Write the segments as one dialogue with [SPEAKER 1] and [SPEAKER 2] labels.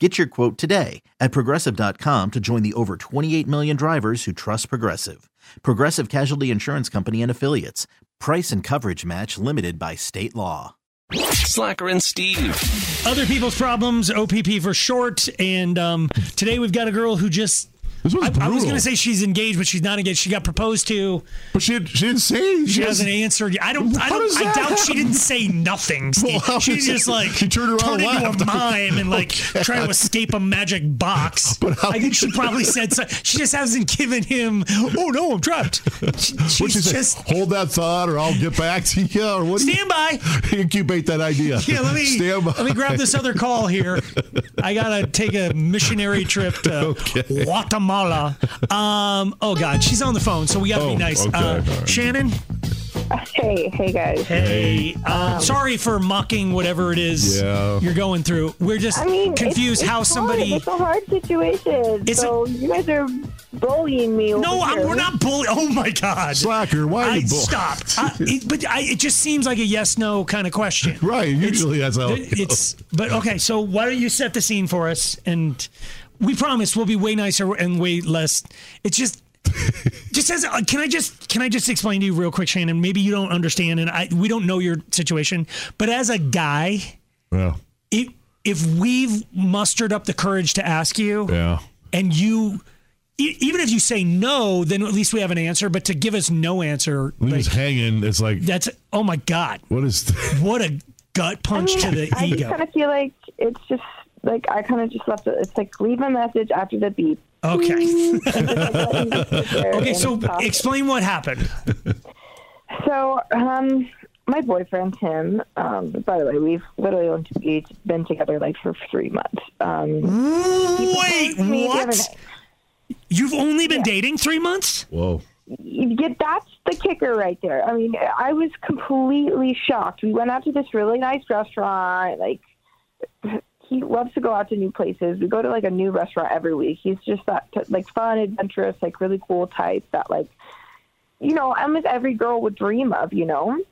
[SPEAKER 1] Get your quote today at progressive.com to join the over 28 million drivers who trust Progressive. Progressive Casualty Insurance Company and Affiliates. Price and coverage match limited by state law.
[SPEAKER 2] Slacker and Steve.
[SPEAKER 3] Other people's problems, OPP for short. And um, today we've got a girl who just.
[SPEAKER 4] This was
[SPEAKER 3] I, I was
[SPEAKER 4] brutal.
[SPEAKER 3] going to say she's engaged, but she's not engaged. She got proposed to.
[SPEAKER 4] But she, didn't- she didn't say.
[SPEAKER 3] She hasn't answered. I don't. I
[SPEAKER 4] How
[SPEAKER 3] don't.
[SPEAKER 4] does
[SPEAKER 3] I
[SPEAKER 4] that
[SPEAKER 3] doubt she
[SPEAKER 4] happen?
[SPEAKER 3] didn't say nothing. Steve.
[SPEAKER 4] how
[SPEAKER 3] she's
[SPEAKER 4] does it-
[SPEAKER 3] just like
[SPEAKER 4] She turned around and
[SPEAKER 3] into a
[SPEAKER 4] laughed.
[SPEAKER 3] mime and like trying to escape a magic box.
[SPEAKER 4] But how-
[SPEAKER 3] I think she probably said so. she just hasn't given him. Oh no, I'm trapped. She-
[SPEAKER 4] What'd she
[SPEAKER 3] she's
[SPEAKER 4] say?
[SPEAKER 3] just
[SPEAKER 4] Hold that thought, or I'll get back to you. Or what? do you-
[SPEAKER 3] stand by.
[SPEAKER 4] Incubate that idea.
[SPEAKER 3] Yeah, let me
[SPEAKER 4] Stand by.
[SPEAKER 3] let me grab this other call here. I gotta take a missionary trip to Guatemala. Um, oh God, she's on the phone, so we gotta be
[SPEAKER 4] Oh,
[SPEAKER 3] nice.
[SPEAKER 4] okay,
[SPEAKER 3] uh,
[SPEAKER 4] all right.
[SPEAKER 3] Shannon,
[SPEAKER 5] Hey, hey guys.
[SPEAKER 3] hey, uh, sorry for mocking whatever it is
[SPEAKER 4] Yeah.
[SPEAKER 3] you're going through. We're just
[SPEAKER 5] I mean, it's,
[SPEAKER 3] confused
[SPEAKER 5] it's
[SPEAKER 3] how
[SPEAKER 5] hard.
[SPEAKER 3] somebody.
[SPEAKER 5] It's a hard situation.
[SPEAKER 3] It's a-
[SPEAKER 5] so you guys are bullying me.
[SPEAKER 3] No,
[SPEAKER 5] over
[SPEAKER 3] I'm,
[SPEAKER 5] here.
[SPEAKER 3] we're not bullying. Oh my God,
[SPEAKER 4] Slacker, why are
[SPEAKER 3] I
[SPEAKER 4] you bull-
[SPEAKER 3] stop. I, it, but I, it just seems like a yes/no kind of question.
[SPEAKER 4] Right. Usually that's how. it goes.
[SPEAKER 3] it's but okay so why don't you set the scene for us and we promise we'll be way nicer and way less it's just just as uh, can i just can i just explain to you real quick shannon maybe you don't understand and i we don't know your situation but as a guy
[SPEAKER 4] yeah.
[SPEAKER 3] it, if we've mustered up the courage to ask you
[SPEAKER 4] Yeah.
[SPEAKER 3] and you e- even if you say no then at least we have an answer but to give us no answer
[SPEAKER 4] Leave
[SPEAKER 3] like,
[SPEAKER 4] us hanging. It's like
[SPEAKER 3] that's oh my god
[SPEAKER 4] what is.
[SPEAKER 3] what a gut
[SPEAKER 5] I
[SPEAKER 3] punch
[SPEAKER 5] mean,
[SPEAKER 3] to the
[SPEAKER 5] I
[SPEAKER 3] ego
[SPEAKER 5] just kind of feel like it's just like I kind of just left it. It's like leave a message after the beep.
[SPEAKER 3] okay
[SPEAKER 5] okay,
[SPEAKER 3] Okay, so explain what happened.
[SPEAKER 5] So, um, my boyfriend Tim. Um, by the way, we've literally owned- we've been together like for three months. Um,
[SPEAKER 3] Wait,
[SPEAKER 5] proposed to me the other
[SPEAKER 3] what?
[SPEAKER 5] night.
[SPEAKER 3] You've only been dating three months?
[SPEAKER 4] Whoa.
[SPEAKER 5] you get that's the kicker right there. I mean, I was completely shocked. We went out to this really nice restaurant. Like, he loves to go out to new places. We go to like a new restaurant every week. He's just that t- like fun, adventurous, like really cool type that like, you know, almost every girl would dream of. You know,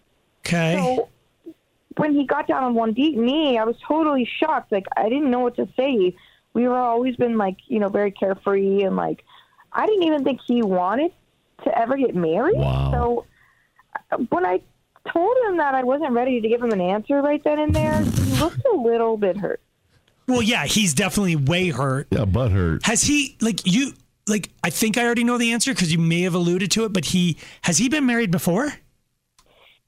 [SPEAKER 3] Okay.
[SPEAKER 5] so when he got down on one de- knee, I was totally shocked. Like I didn't know what to say. We were always been like you know very carefree and like I didn't even think he wanted to ever get married.
[SPEAKER 4] Wow.
[SPEAKER 5] So uh, when I told him that I wasn't ready to give him an answer right then and there, he looked a little bit hurt.
[SPEAKER 3] Well, yeah, he's definitely way hurt.
[SPEAKER 4] Yeah. Butt hurt.
[SPEAKER 3] Has he, like, you, like, I think I already know the answer because you may have alluded to it, but he, has he been married before?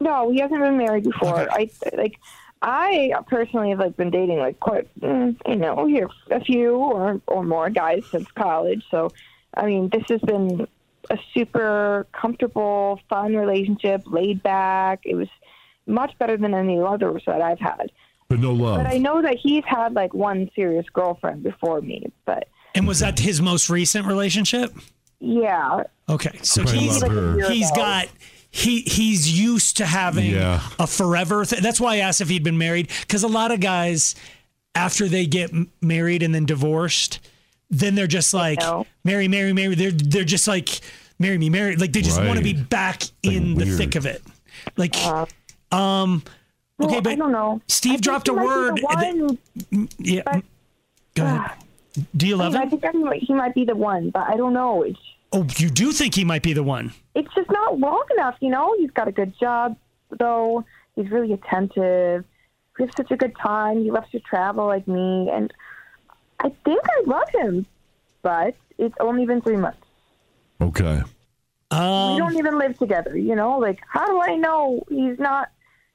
[SPEAKER 5] No, he hasn't been married before. I like. I personally have like been dating like quite mm, you know here a few or or more guys since college. So, I mean, this has been a super comfortable, fun relationship, laid back. It was much better than any others that I've had.
[SPEAKER 4] But no love.
[SPEAKER 5] But I know that he's had like one serious girlfriend before me. But
[SPEAKER 3] And was that his most recent relationship?
[SPEAKER 5] yeah,
[SPEAKER 3] Okay. So
[SPEAKER 4] Probably
[SPEAKER 3] he's,
[SPEAKER 4] love her.
[SPEAKER 3] he's got, he, he's used to having
[SPEAKER 4] Yeah.
[SPEAKER 3] a forever thing. That's why I asked if he'd been married because a lot of guys, after they get m- married and then divorced, then they're just like
[SPEAKER 5] know.
[SPEAKER 3] marry, marry, marry. They're they're just like marry me, marry. Like they just want to be
[SPEAKER 4] Right.
[SPEAKER 3] back in the
[SPEAKER 4] weird.
[SPEAKER 3] thick of it. Like, um,
[SPEAKER 5] Uh, well,
[SPEAKER 3] okay,
[SPEAKER 5] I
[SPEAKER 3] but
[SPEAKER 5] don't know. I
[SPEAKER 3] Steve
[SPEAKER 5] think
[SPEAKER 3] dropped
[SPEAKER 5] he
[SPEAKER 3] a
[SPEAKER 5] might be
[SPEAKER 3] word
[SPEAKER 5] the
[SPEAKER 3] and then-
[SPEAKER 5] one.
[SPEAKER 3] yeah. Go ahead. Do you
[SPEAKER 5] I,
[SPEAKER 3] love
[SPEAKER 5] mean, I
[SPEAKER 3] him?
[SPEAKER 5] think I think he might be the one, but I don't know. It's
[SPEAKER 3] Oh, you do think he might be the one.
[SPEAKER 5] it's just not long enough, you know. He's got a good job, though. He's really attentive. We have such a good time. He loves to travel like me, and I think I love him, but it's only been three months.
[SPEAKER 4] Okay.
[SPEAKER 3] Mm.
[SPEAKER 5] we don't even live together, you know? Like, how do I know he's not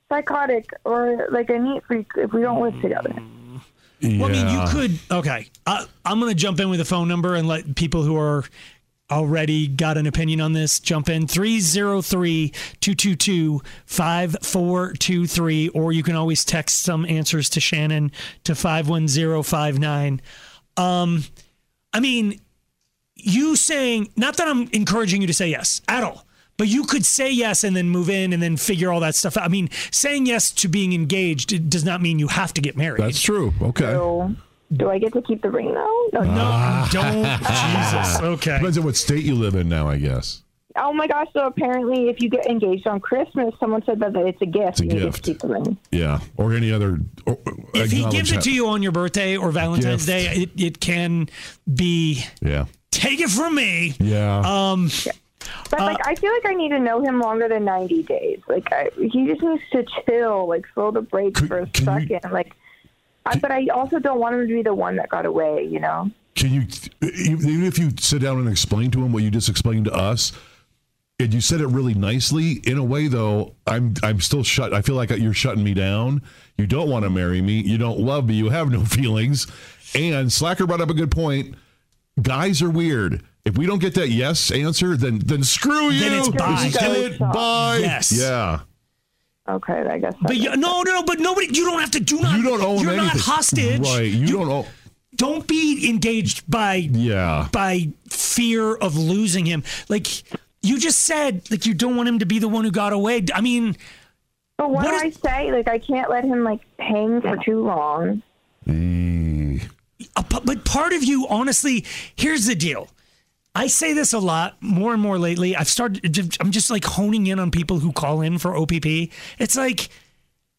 [SPEAKER 5] psychotic or like a neat freak if we don't live together?
[SPEAKER 4] Yeah.
[SPEAKER 3] Well, I mean, you could. Okay, uh, I'm going to jump in with a phone number and let people who are already got an opinion on this jump in 303-222-5423 or you can always text some answers to Shannon to 51059 um i mean you saying not that i'm encouraging you to say yes at all but you could say yes and then move in and then figure all that stuff out i mean saying yes to being engaged it does not mean you have to get married
[SPEAKER 4] That's true. Okay.
[SPEAKER 5] So, do I get to keep the ring though? No. no.
[SPEAKER 3] No,
[SPEAKER 4] Ah.
[SPEAKER 3] don't. Jesus. Okay.
[SPEAKER 4] Depends on what state you live in now, I guess.
[SPEAKER 5] Oh my gosh! So apparently, if you get engaged on Christmas, someone said that, that it's a gift.
[SPEAKER 4] a
[SPEAKER 5] and you get
[SPEAKER 4] gift.
[SPEAKER 5] to keep the ring.
[SPEAKER 4] Yeah. Or any other. Or,
[SPEAKER 3] If he
[SPEAKER 4] acknowledge
[SPEAKER 3] gives it
[SPEAKER 4] that.
[SPEAKER 3] to you on your birthday or Valentine's
[SPEAKER 4] Gift.
[SPEAKER 3] Day, it, it can be
[SPEAKER 4] Yeah.
[SPEAKER 3] take it from me.
[SPEAKER 4] Yeah.
[SPEAKER 3] Um,
[SPEAKER 5] But like,
[SPEAKER 3] Uh,
[SPEAKER 5] I feel like I need to know him longer than ninety days. Like, I, he just needs to chill, like slow the brakes
[SPEAKER 4] Could-
[SPEAKER 5] for a
[SPEAKER 4] can you-
[SPEAKER 5] second. like, I, but I also don't want him to be the one that got away. You know?
[SPEAKER 4] Can you, even if you sit down and explain to him what you just explained to us, and you said it really nicely. In a way, though, I'm I'm still shut. I feel like you're shutting me down. You don't want to marry me. You don't love me. You have no feelings. And Slacker brought up a good point. Guys are weird. If we don't get that yes answer, then then screw you.
[SPEAKER 3] Then it's bye.
[SPEAKER 4] This is
[SPEAKER 5] Go
[SPEAKER 4] it.
[SPEAKER 5] talk.
[SPEAKER 4] Bye.
[SPEAKER 3] Yes.
[SPEAKER 4] Yeah.
[SPEAKER 5] Okay, I guess.
[SPEAKER 3] but you, no, no, no. But nobody. You don't have to. Do not.
[SPEAKER 4] you don't own
[SPEAKER 3] You're
[SPEAKER 4] anything.
[SPEAKER 3] not hostage.
[SPEAKER 4] Right. You, don't own.
[SPEAKER 3] Don't be engaged by
[SPEAKER 4] Yeah.
[SPEAKER 3] by fear of losing him. Like you just said, like you don't want him to be the one who got away. I mean,
[SPEAKER 5] But what,
[SPEAKER 3] What
[SPEAKER 5] do
[SPEAKER 3] is-
[SPEAKER 5] I say? Like, I can't let him like hang for too long.
[SPEAKER 4] Mm.
[SPEAKER 3] a p- Uh, but part of you honestly here's the deal i say this a lot more and more lately i've started i'm just like honing in on people who call in for opp it's like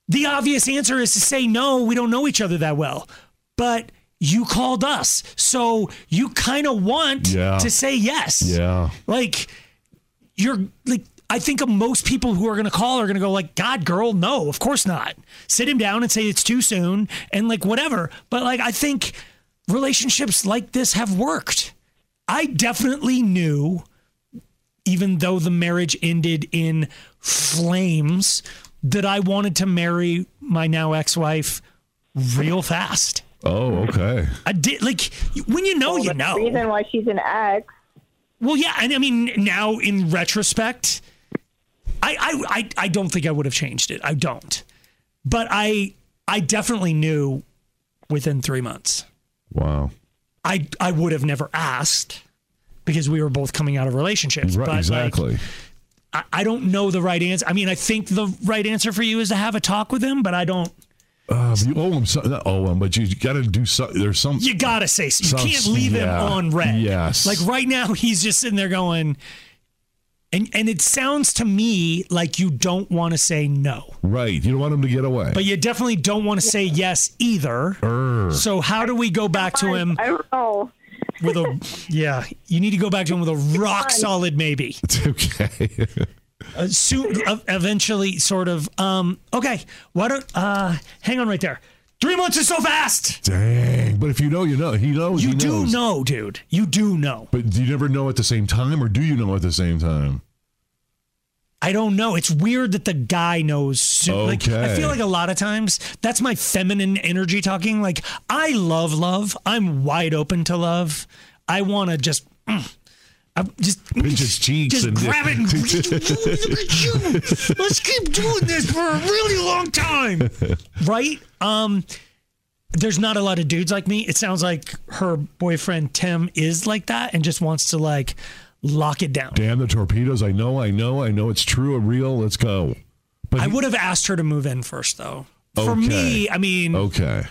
[SPEAKER 3] the obvious answer is to say no we don't know each other that well but you called us so you kind of want
[SPEAKER 4] Yeah.
[SPEAKER 3] to say yes
[SPEAKER 4] Yeah.
[SPEAKER 3] like you're like I think of most people who are going to call are going to go like, "God, girl, no, of course not." Sit him down and say it's too soon, and like whatever. But like, I think relationships like this have worked. I definitely knew, even though the marriage ended in flames, that I wanted to marry my now ex-wife real fast.
[SPEAKER 4] Oh. Okay.
[SPEAKER 3] I did like when you know, you
[SPEAKER 5] Well, that's
[SPEAKER 3] know.
[SPEAKER 5] The reason why she's an ex.
[SPEAKER 3] Well, yeah, and I mean, now in retrospect, I I I, I don't think I would have changed it. I don't, but I I definitely knew within three months.
[SPEAKER 4] Wow.
[SPEAKER 3] I I would have never asked because we were both coming out of relationships.
[SPEAKER 4] Right.
[SPEAKER 3] but like,
[SPEAKER 4] exactly.
[SPEAKER 3] I, I don't know the right answer. I mean, I think the right answer for you is to have a talk with him, but I don't.
[SPEAKER 4] Uh, you owe him something. Not owe him, but you got to do something. There's some.
[SPEAKER 3] You gotta say so. you
[SPEAKER 4] Some-
[SPEAKER 3] can't leave him
[SPEAKER 4] yeah,
[SPEAKER 3] on red.
[SPEAKER 4] yes.
[SPEAKER 3] Like right now, he's just sitting there going, and and it sounds to me like you don't want to say no,
[SPEAKER 4] right. You don't want him to get away.
[SPEAKER 3] but you definitely don't want to say yes either.
[SPEAKER 4] Err.
[SPEAKER 3] So how do we go back to him
[SPEAKER 5] I don't know.
[SPEAKER 3] with a yeah? You need to go back to him with a rock solid maybe.
[SPEAKER 4] It's okay.
[SPEAKER 3] Uh, soon, uh, eventually, sort of. Um, okay, why don't uh, hang on right there. Three months is so fast.
[SPEAKER 4] Dang. But if you know, you know. He knows.
[SPEAKER 3] You
[SPEAKER 4] he
[SPEAKER 3] do
[SPEAKER 4] knows.
[SPEAKER 3] know, dude. You do know.
[SPEAKER 4] But do you never know at the same time, or do you know at the same time?
[SPEAKER 3] I don't know. It's weird that the guy knows. Soon. Like I
[SPEAKER 4] Okay.
[SPEAKER 3] feel like a lot of times that's my feminine energy talking. Like I love love. I'm wide open to love. I want to just, mm, I just mm,
[SPEAKER 4] Pinch his cheeks
[SPEAKER 3] just
[SPEAKER 4] and
[SPEAKER 3] grab it. And, Let's keep doing this for a really long time, right? Um, there's not a lot of dudes like me. It sounds like her boyfriend Tim is like that and just wants to like lock it down.
[SPEAKER 4] damn the torpedoes. I know. I know. I know. It's true and real. Let's go. But
[SPEAKER 3] I
[SPEAKER 4] he-
[SPEAKER 3] would have asked her to move in first, though. For me, I mean,
[SPEAKER 4] Okay.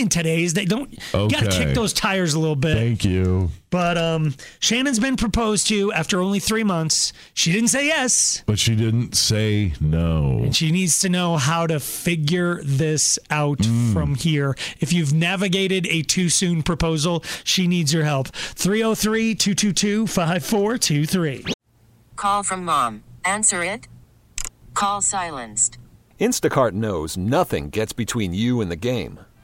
[SPEAKER 3] especially in today's, they don't you gotta
[SPEAKER 4] Okay.
[SPEAKER 3] kick those tires a little bit.
[SPEAKER 4] Thank you.
[SPEAKER 3] But um, Shannon's been proposed to after only three months. She didn't say yes.
[SPEAKER 4] But she didn't say no.
[SPEAKER 3] She needs to know how to figure this out
[SPEAKER 4] Hmm.
[SPEAKER 3] from here. If you've navigated a too soon proposal, she needs your help. 303 222 5423.
[SPEAKER 6] Call from mom. Answer it. Call silenced.
[SPEAKER 7] Instacart knows nothing gets between you and the game.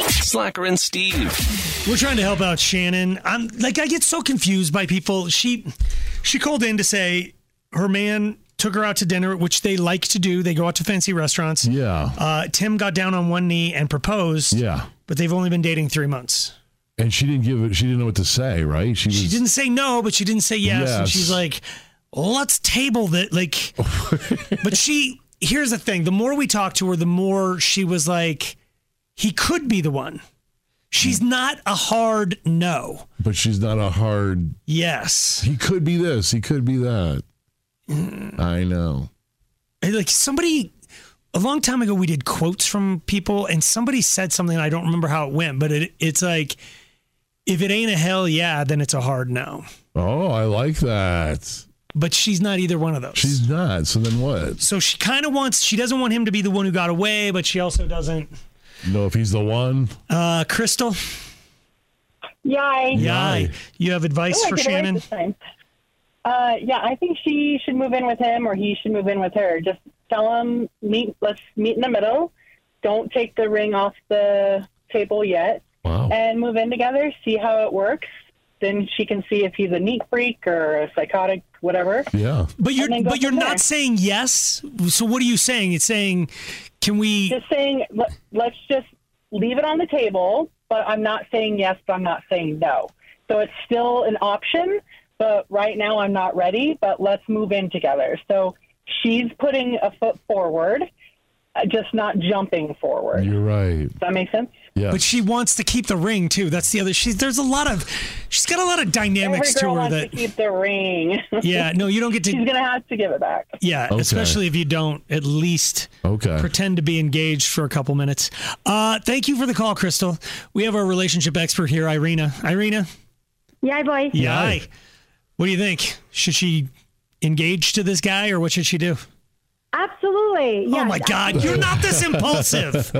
[SPEAKER 2] Slacker and Steve.
[SPEAKER 3] We're trying to help out Shannon. I'm like I get so confused by people. She she called in to say her man took her out to dinner, which they like to do. They go out to fancy restaurants.
[SPEAKER 4] Yeah.
[SPEAKER 3] Uh, Tim got down on one knee and proposed.
[SPEAKER 4] Mm. Yeah.
[SPEAKER 3] But they've only been dating three months.
[SPEAKER 4] And she didn't give it. She didn't know what to say, right? She was.
[SPEAKER 3] She didn't say no, but she didn't say yes. And
[SPEAKER 4] Yes.
[SPEAKER 3] she's like, let's table that. Like, but she, here's the thing the more we talked to her, the more she was like, he could be the one. She's
[SPEAKER 4] Mm.
[SPEAKER 3] not a hard no.
[SPEAKER 4] But she's not a hard.
[SPEAKER 3] Yes.
[SPEAKER 4] He could be this. He could be that. I know.
[SPEAKER 3] Like, somebody, a long time ago, we did quotes from people, and somebody said something. I don't remember how it went, but it, it's like, if it ain't a hell yeah, then it's a hard no.
[SPEAKER 4] Oh, I like that.
[SPEAKER 3] But she's not either one of those.
[SPEAKER 4] She's not. So then what?
[SPEAKER 3] so she kind of wants she doesn't want him to be the one who got away but she also doesn't
[SPEAKER 4] No, if he's the one.
[SPEAKER 3] uh crystal
[SPEAKER 8] Yay.
[SPEAKER 3] yeah
[SPEAKER 4] Yay.
[SPEAKER 3] you have advice
[SPEAKER 8] Oh, I
[SPEAKER 3] for
[SPEAKER 8] did it right
[SPEAKER 3] shannon
[SPEAKER 8] this time. Uh, yeah, I think she should move in with him or he should move in with her. Just tell him meet. Let's meet in the middle. Don't take the ring off the table yet,
[SPEAKER 4] Wow.
[SPEAKER 8] and move in together. See how it works. Then she can see if he's a neat freak or a psychotic, whatever.
[SPEAKER 4] Yeah.
[SPEAKER 3] but you're
[SPEAKER 8] then go
[SPEAKER 3] but you're
[SPEAKER 8] from there.
[SPEAKER 3] not saying yes so what are you saying it's saying can we
[SPEAKER 8] Just saying, let, let's just leave it on the table. But I'm not saying yes, but I'm not saying no. So it's still an option. But right now, I'm not ready. But let's move in together. So she's putting a foot forward, uh, just not jumping forward.
[SPEAKER 9] Mm-hmm.
[SPEAKER 8] Does
[SPEAKER 4] You're right.
[SPEAKER 8] that make sense?
[SPEAKER 4] Yeah.
[SPEAKER 3] but she wants to keep the ring too that's the other she's there's a lot of she's got a lot of
[SPEAKER 8] Every
[SPEAKER 3] dynamics to
[SPEAKER 8] girl
[SPEAKER 3] her
[SPEAKER 8] wants
[SPEAKER 3] that
[SPEAKER 8] to keep the ring.
[SPEAKER 3] yeah no you don't get
[SPEAKER 8] she's
[SPEAKER 3] to
[SPEAKER 8] gonna have to give it back.
[SPEAKER 3] yeah
[SPEAKER 4] Okay.
[SPEAKER 3] especially if you don't at least
[SPEAKER 4] okay.
[SPEAKER 3] pretend to be engaged for a couple minutes uh thank you for the call crystal we have our relationship expert here irena irena
[SPEAKER 10] Yay, boy.
[SPEAKER 3] Yeah. What do you think? Should she engage to this guy or what should she do?
[SPEAKER 10] Absolutely.
[SPEAKER 3] Oh
[SPEAKER 10] yes.
[SPEAKER 3] my God, you're not this impulsive.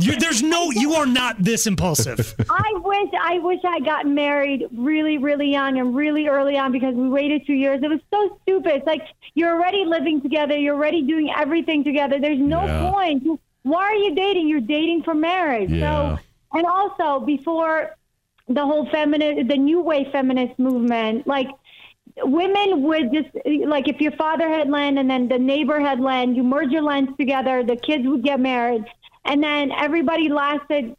[SPEAKER 3] you there's no, you are not this impulsive.
[SPEAKER 10] I wish I wish I got married really, really young and really early on because we waited two years. It was so stupid. It's like you're already living together, you're already doing everything together. There's no
[SPEAKER 4] Yeah.
[SPEAKER 10] point. Why are you dating? You're dating for marriage.
[SPEAKER 4] Yeah.
[SPEAKER 10] So and also before the whole feminist the new way feminist movement, like women would just like if your father had land and then the neighbor had land, you merge your lands together, the kids would get married, and then everybody lasted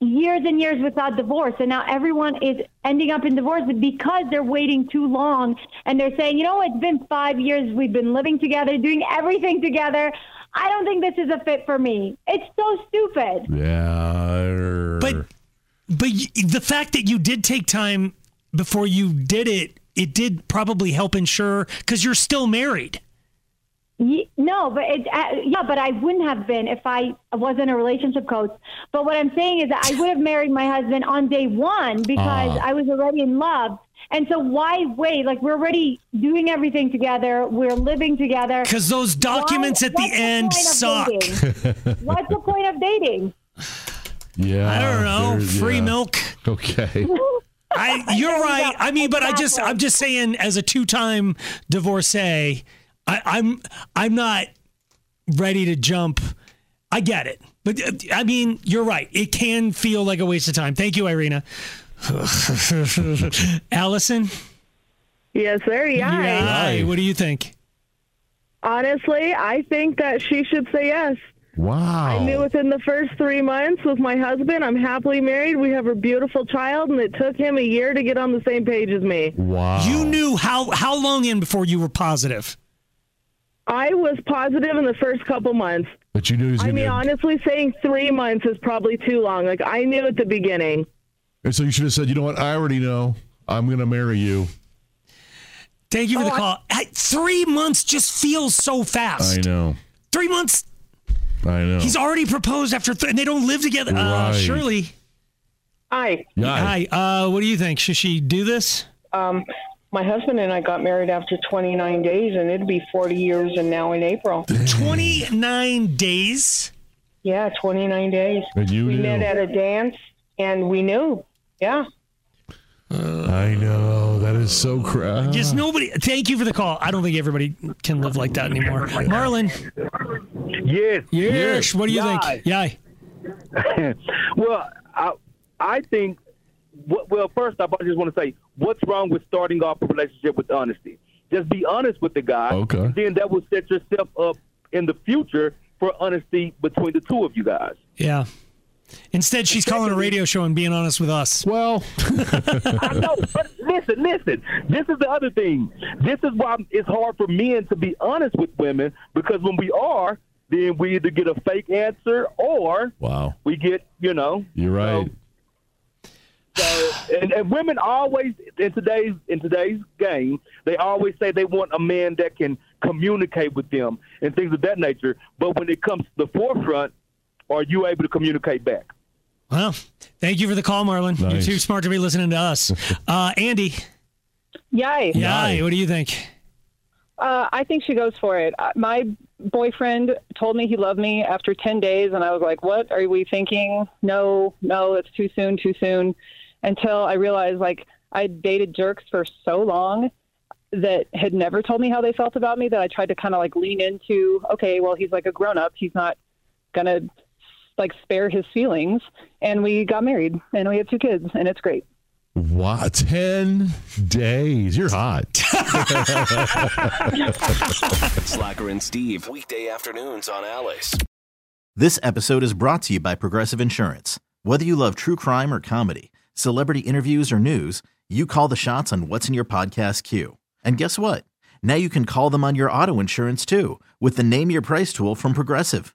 [SPEAKER 10] years and years without divorce and now everyone is ending up in divorce because they're waiting too long and they're saying you know it's been five years we've been living together doing everything together i don't think this is a fit for me it's so stupid
[SPEAKER 4] yeah.
[SPEAKER 3] But, but y- the fact that you did take time before you did it, it did probably help ensure because you're still married.
[SPEAKER 10] Ye- No, but it, uh, yeah, but I wouldn't have been if I wasn't a relationship coach. But what I'm saying is that I would have married my husband on day one
[SPEAKER 3] Ah.
[SPEAKER 10] because I was already in love. And so why wait? Like we're already doing everything together. We're living together.
[SPEAKER 3] Because those documents
[SPEAKER 10] Why-
[SPEAKER 3] at the
[SPEAKER 10] what's
[SPEAKER 3] end
[SPEAKER 10] point of
[SPEAKER 3] suck.
[SPEAKER 10] dating? what's the point of dating?
[SPEAKER 4] yeah.
[SPEAKER 3] I don't know.
[SPEAKER 4] there's-
[SPEAKER 3] Free
[SPEAKER 4] yeah.
[SPEAKER 3] milk.
[SPEAKER 4] Okay.
[SPEAKER 3] I, you're right. I mean, but I just, I'm just saying, as a two-time divorcee, I, I'm, I'm not ready to jump. I get it, but uh, I mean, you're right. It can feel like a waste of time. Thank you, Irina. Allison,
[SPEAKER 11] Yes, sir. Yeah.
[SPEAKER 3] Hi, what do you think?
[SPEAKER 11] Honestly, I think that she should say yes.
[SPEAKER 4] Wow.
[SPEAKER 11] I knew within the first three months with my husband. I'm happily married. We have a beautiful child, and it took him a year to get on the same page as me.
[SPEAKER 4] Wow.
[SPEAKER 3] You knew how how long in before you were positive?
[SPEAKER 11] I was positive in the first couple months.
[SPEAKER 4] But you knew he was
[SPEAKER 11] I
[SPEAKER 4] going
[SPEAKER 11] mean,
[SPEAKER 4] to.
[SPEAKER 11] honestly, saying three months is probably too long. Like, I knew at the beginning.
[SPEAKER 4] And so you should have said, you know what? I already know. I'm going to marry you.
[SPEAKER 3] Thank
[SPEAKER 10] Oh,
[SPEAKER 3] you for the call. I- three months just feels so fast.
[SPEAKER 4] I know.
[SPEAKER 3] Three months.
[SPEAKER 4] I know.
[SPEAKER 3] He's already proposed after, th- and they don't live together. Uh,
[SPEAKER 4] Oh. Right.
[SPEAKER 3] Shirley.
[SPEAKER 12] Hi.
[SPEAKER 4] Yeah.
[SPEAKER 3] Hi. Uh, what do you think? Should she do this?
[SPEAKER 12] Um, my husband and I got married after 29 days, and it'd be 40 years, and now in April.
[SPEAKER 3] Twenty nine days.
[SPEAKER 12] Yeah, 29 days.
[SPEAKER 4] And you
[SPEAKER 12] we
[SPEAKER 4] knew.
[SPEAKER 12] met at a dance, and we knew. Yeah.
[SPEAKER 4] I know. That is so crap.
[SPEAKER 3] Just nobody. Thank you for the call. I don't think everybody can live like that anymore. Marlon.
[SPEAKER 9] Yes.
[SPEAKER 3] Yes. What do you think? Yeah.
[SPEAKER 9] well, I, I think. wh- Well, first off, I just want to say, what's wrong with starting off a relationship with honesty? Just be honest with the guy.
[SPEAKER 4] Okay.
[SPEAKER 9] Then that will set yourself up in the future for honesty between the two of you guys.
[SPEAKER 3] Yeah. Instead, she's calling a radio show and being honest with us.
[SPEAKER 4] Well,
[SPEAKER 9] I know, but listen, listen. This is the other thing. This is why it's hard for men to be honest with women because when we are, then we either get a fake answer or
[SPEAKER 4] Wow.
[SPEAKER 9] we get, you know,
[SPEAKER 4] You're right.
[SPEAKER 9] So, and, and women always in today's in today's game, they always say they want a man that can communicate with them and things of that nature. But when it comes to the forefront, are you able to communicate back?
[SPEAKER 3] Well, thank you for the call, Marlon.
[SPEAKER 4] Nice.
[SPEAKER 3] You're too smart to be listening to us. Uh, Andy.
[SPEAKER 13] Yay.
[SPEAKER 3] Yeah. What do you think?
[SPEAKER 13] Uh, I think she goes for it. Uh, My boyfriend told me he loved me after 10 days, and I was like, What are we thinking? No, no, it's too soon, too soon. Until I realized, like, I dated jerks for so long that had never told me how they felt about me that I tried to kind of like lean into, okay, well, he's like a grown up. He's not going to like spare his feelings. And we got married and we have two kids, and it's great.
[SPEAKER 4] Wow. 10 days. You're hot.
[SPEAKER 2] Slacker and Steve, weekday afternoons on Alice.
[SPEAKER 1] This episode is brought to you by Progressive Insurance. Whether you love true crime or comedy, celebrity interviews or news, you call the shots on what's in your podcast queue. And guess what? Now you can call them on your auto insurance too with the Name Your Price tool from Progressive.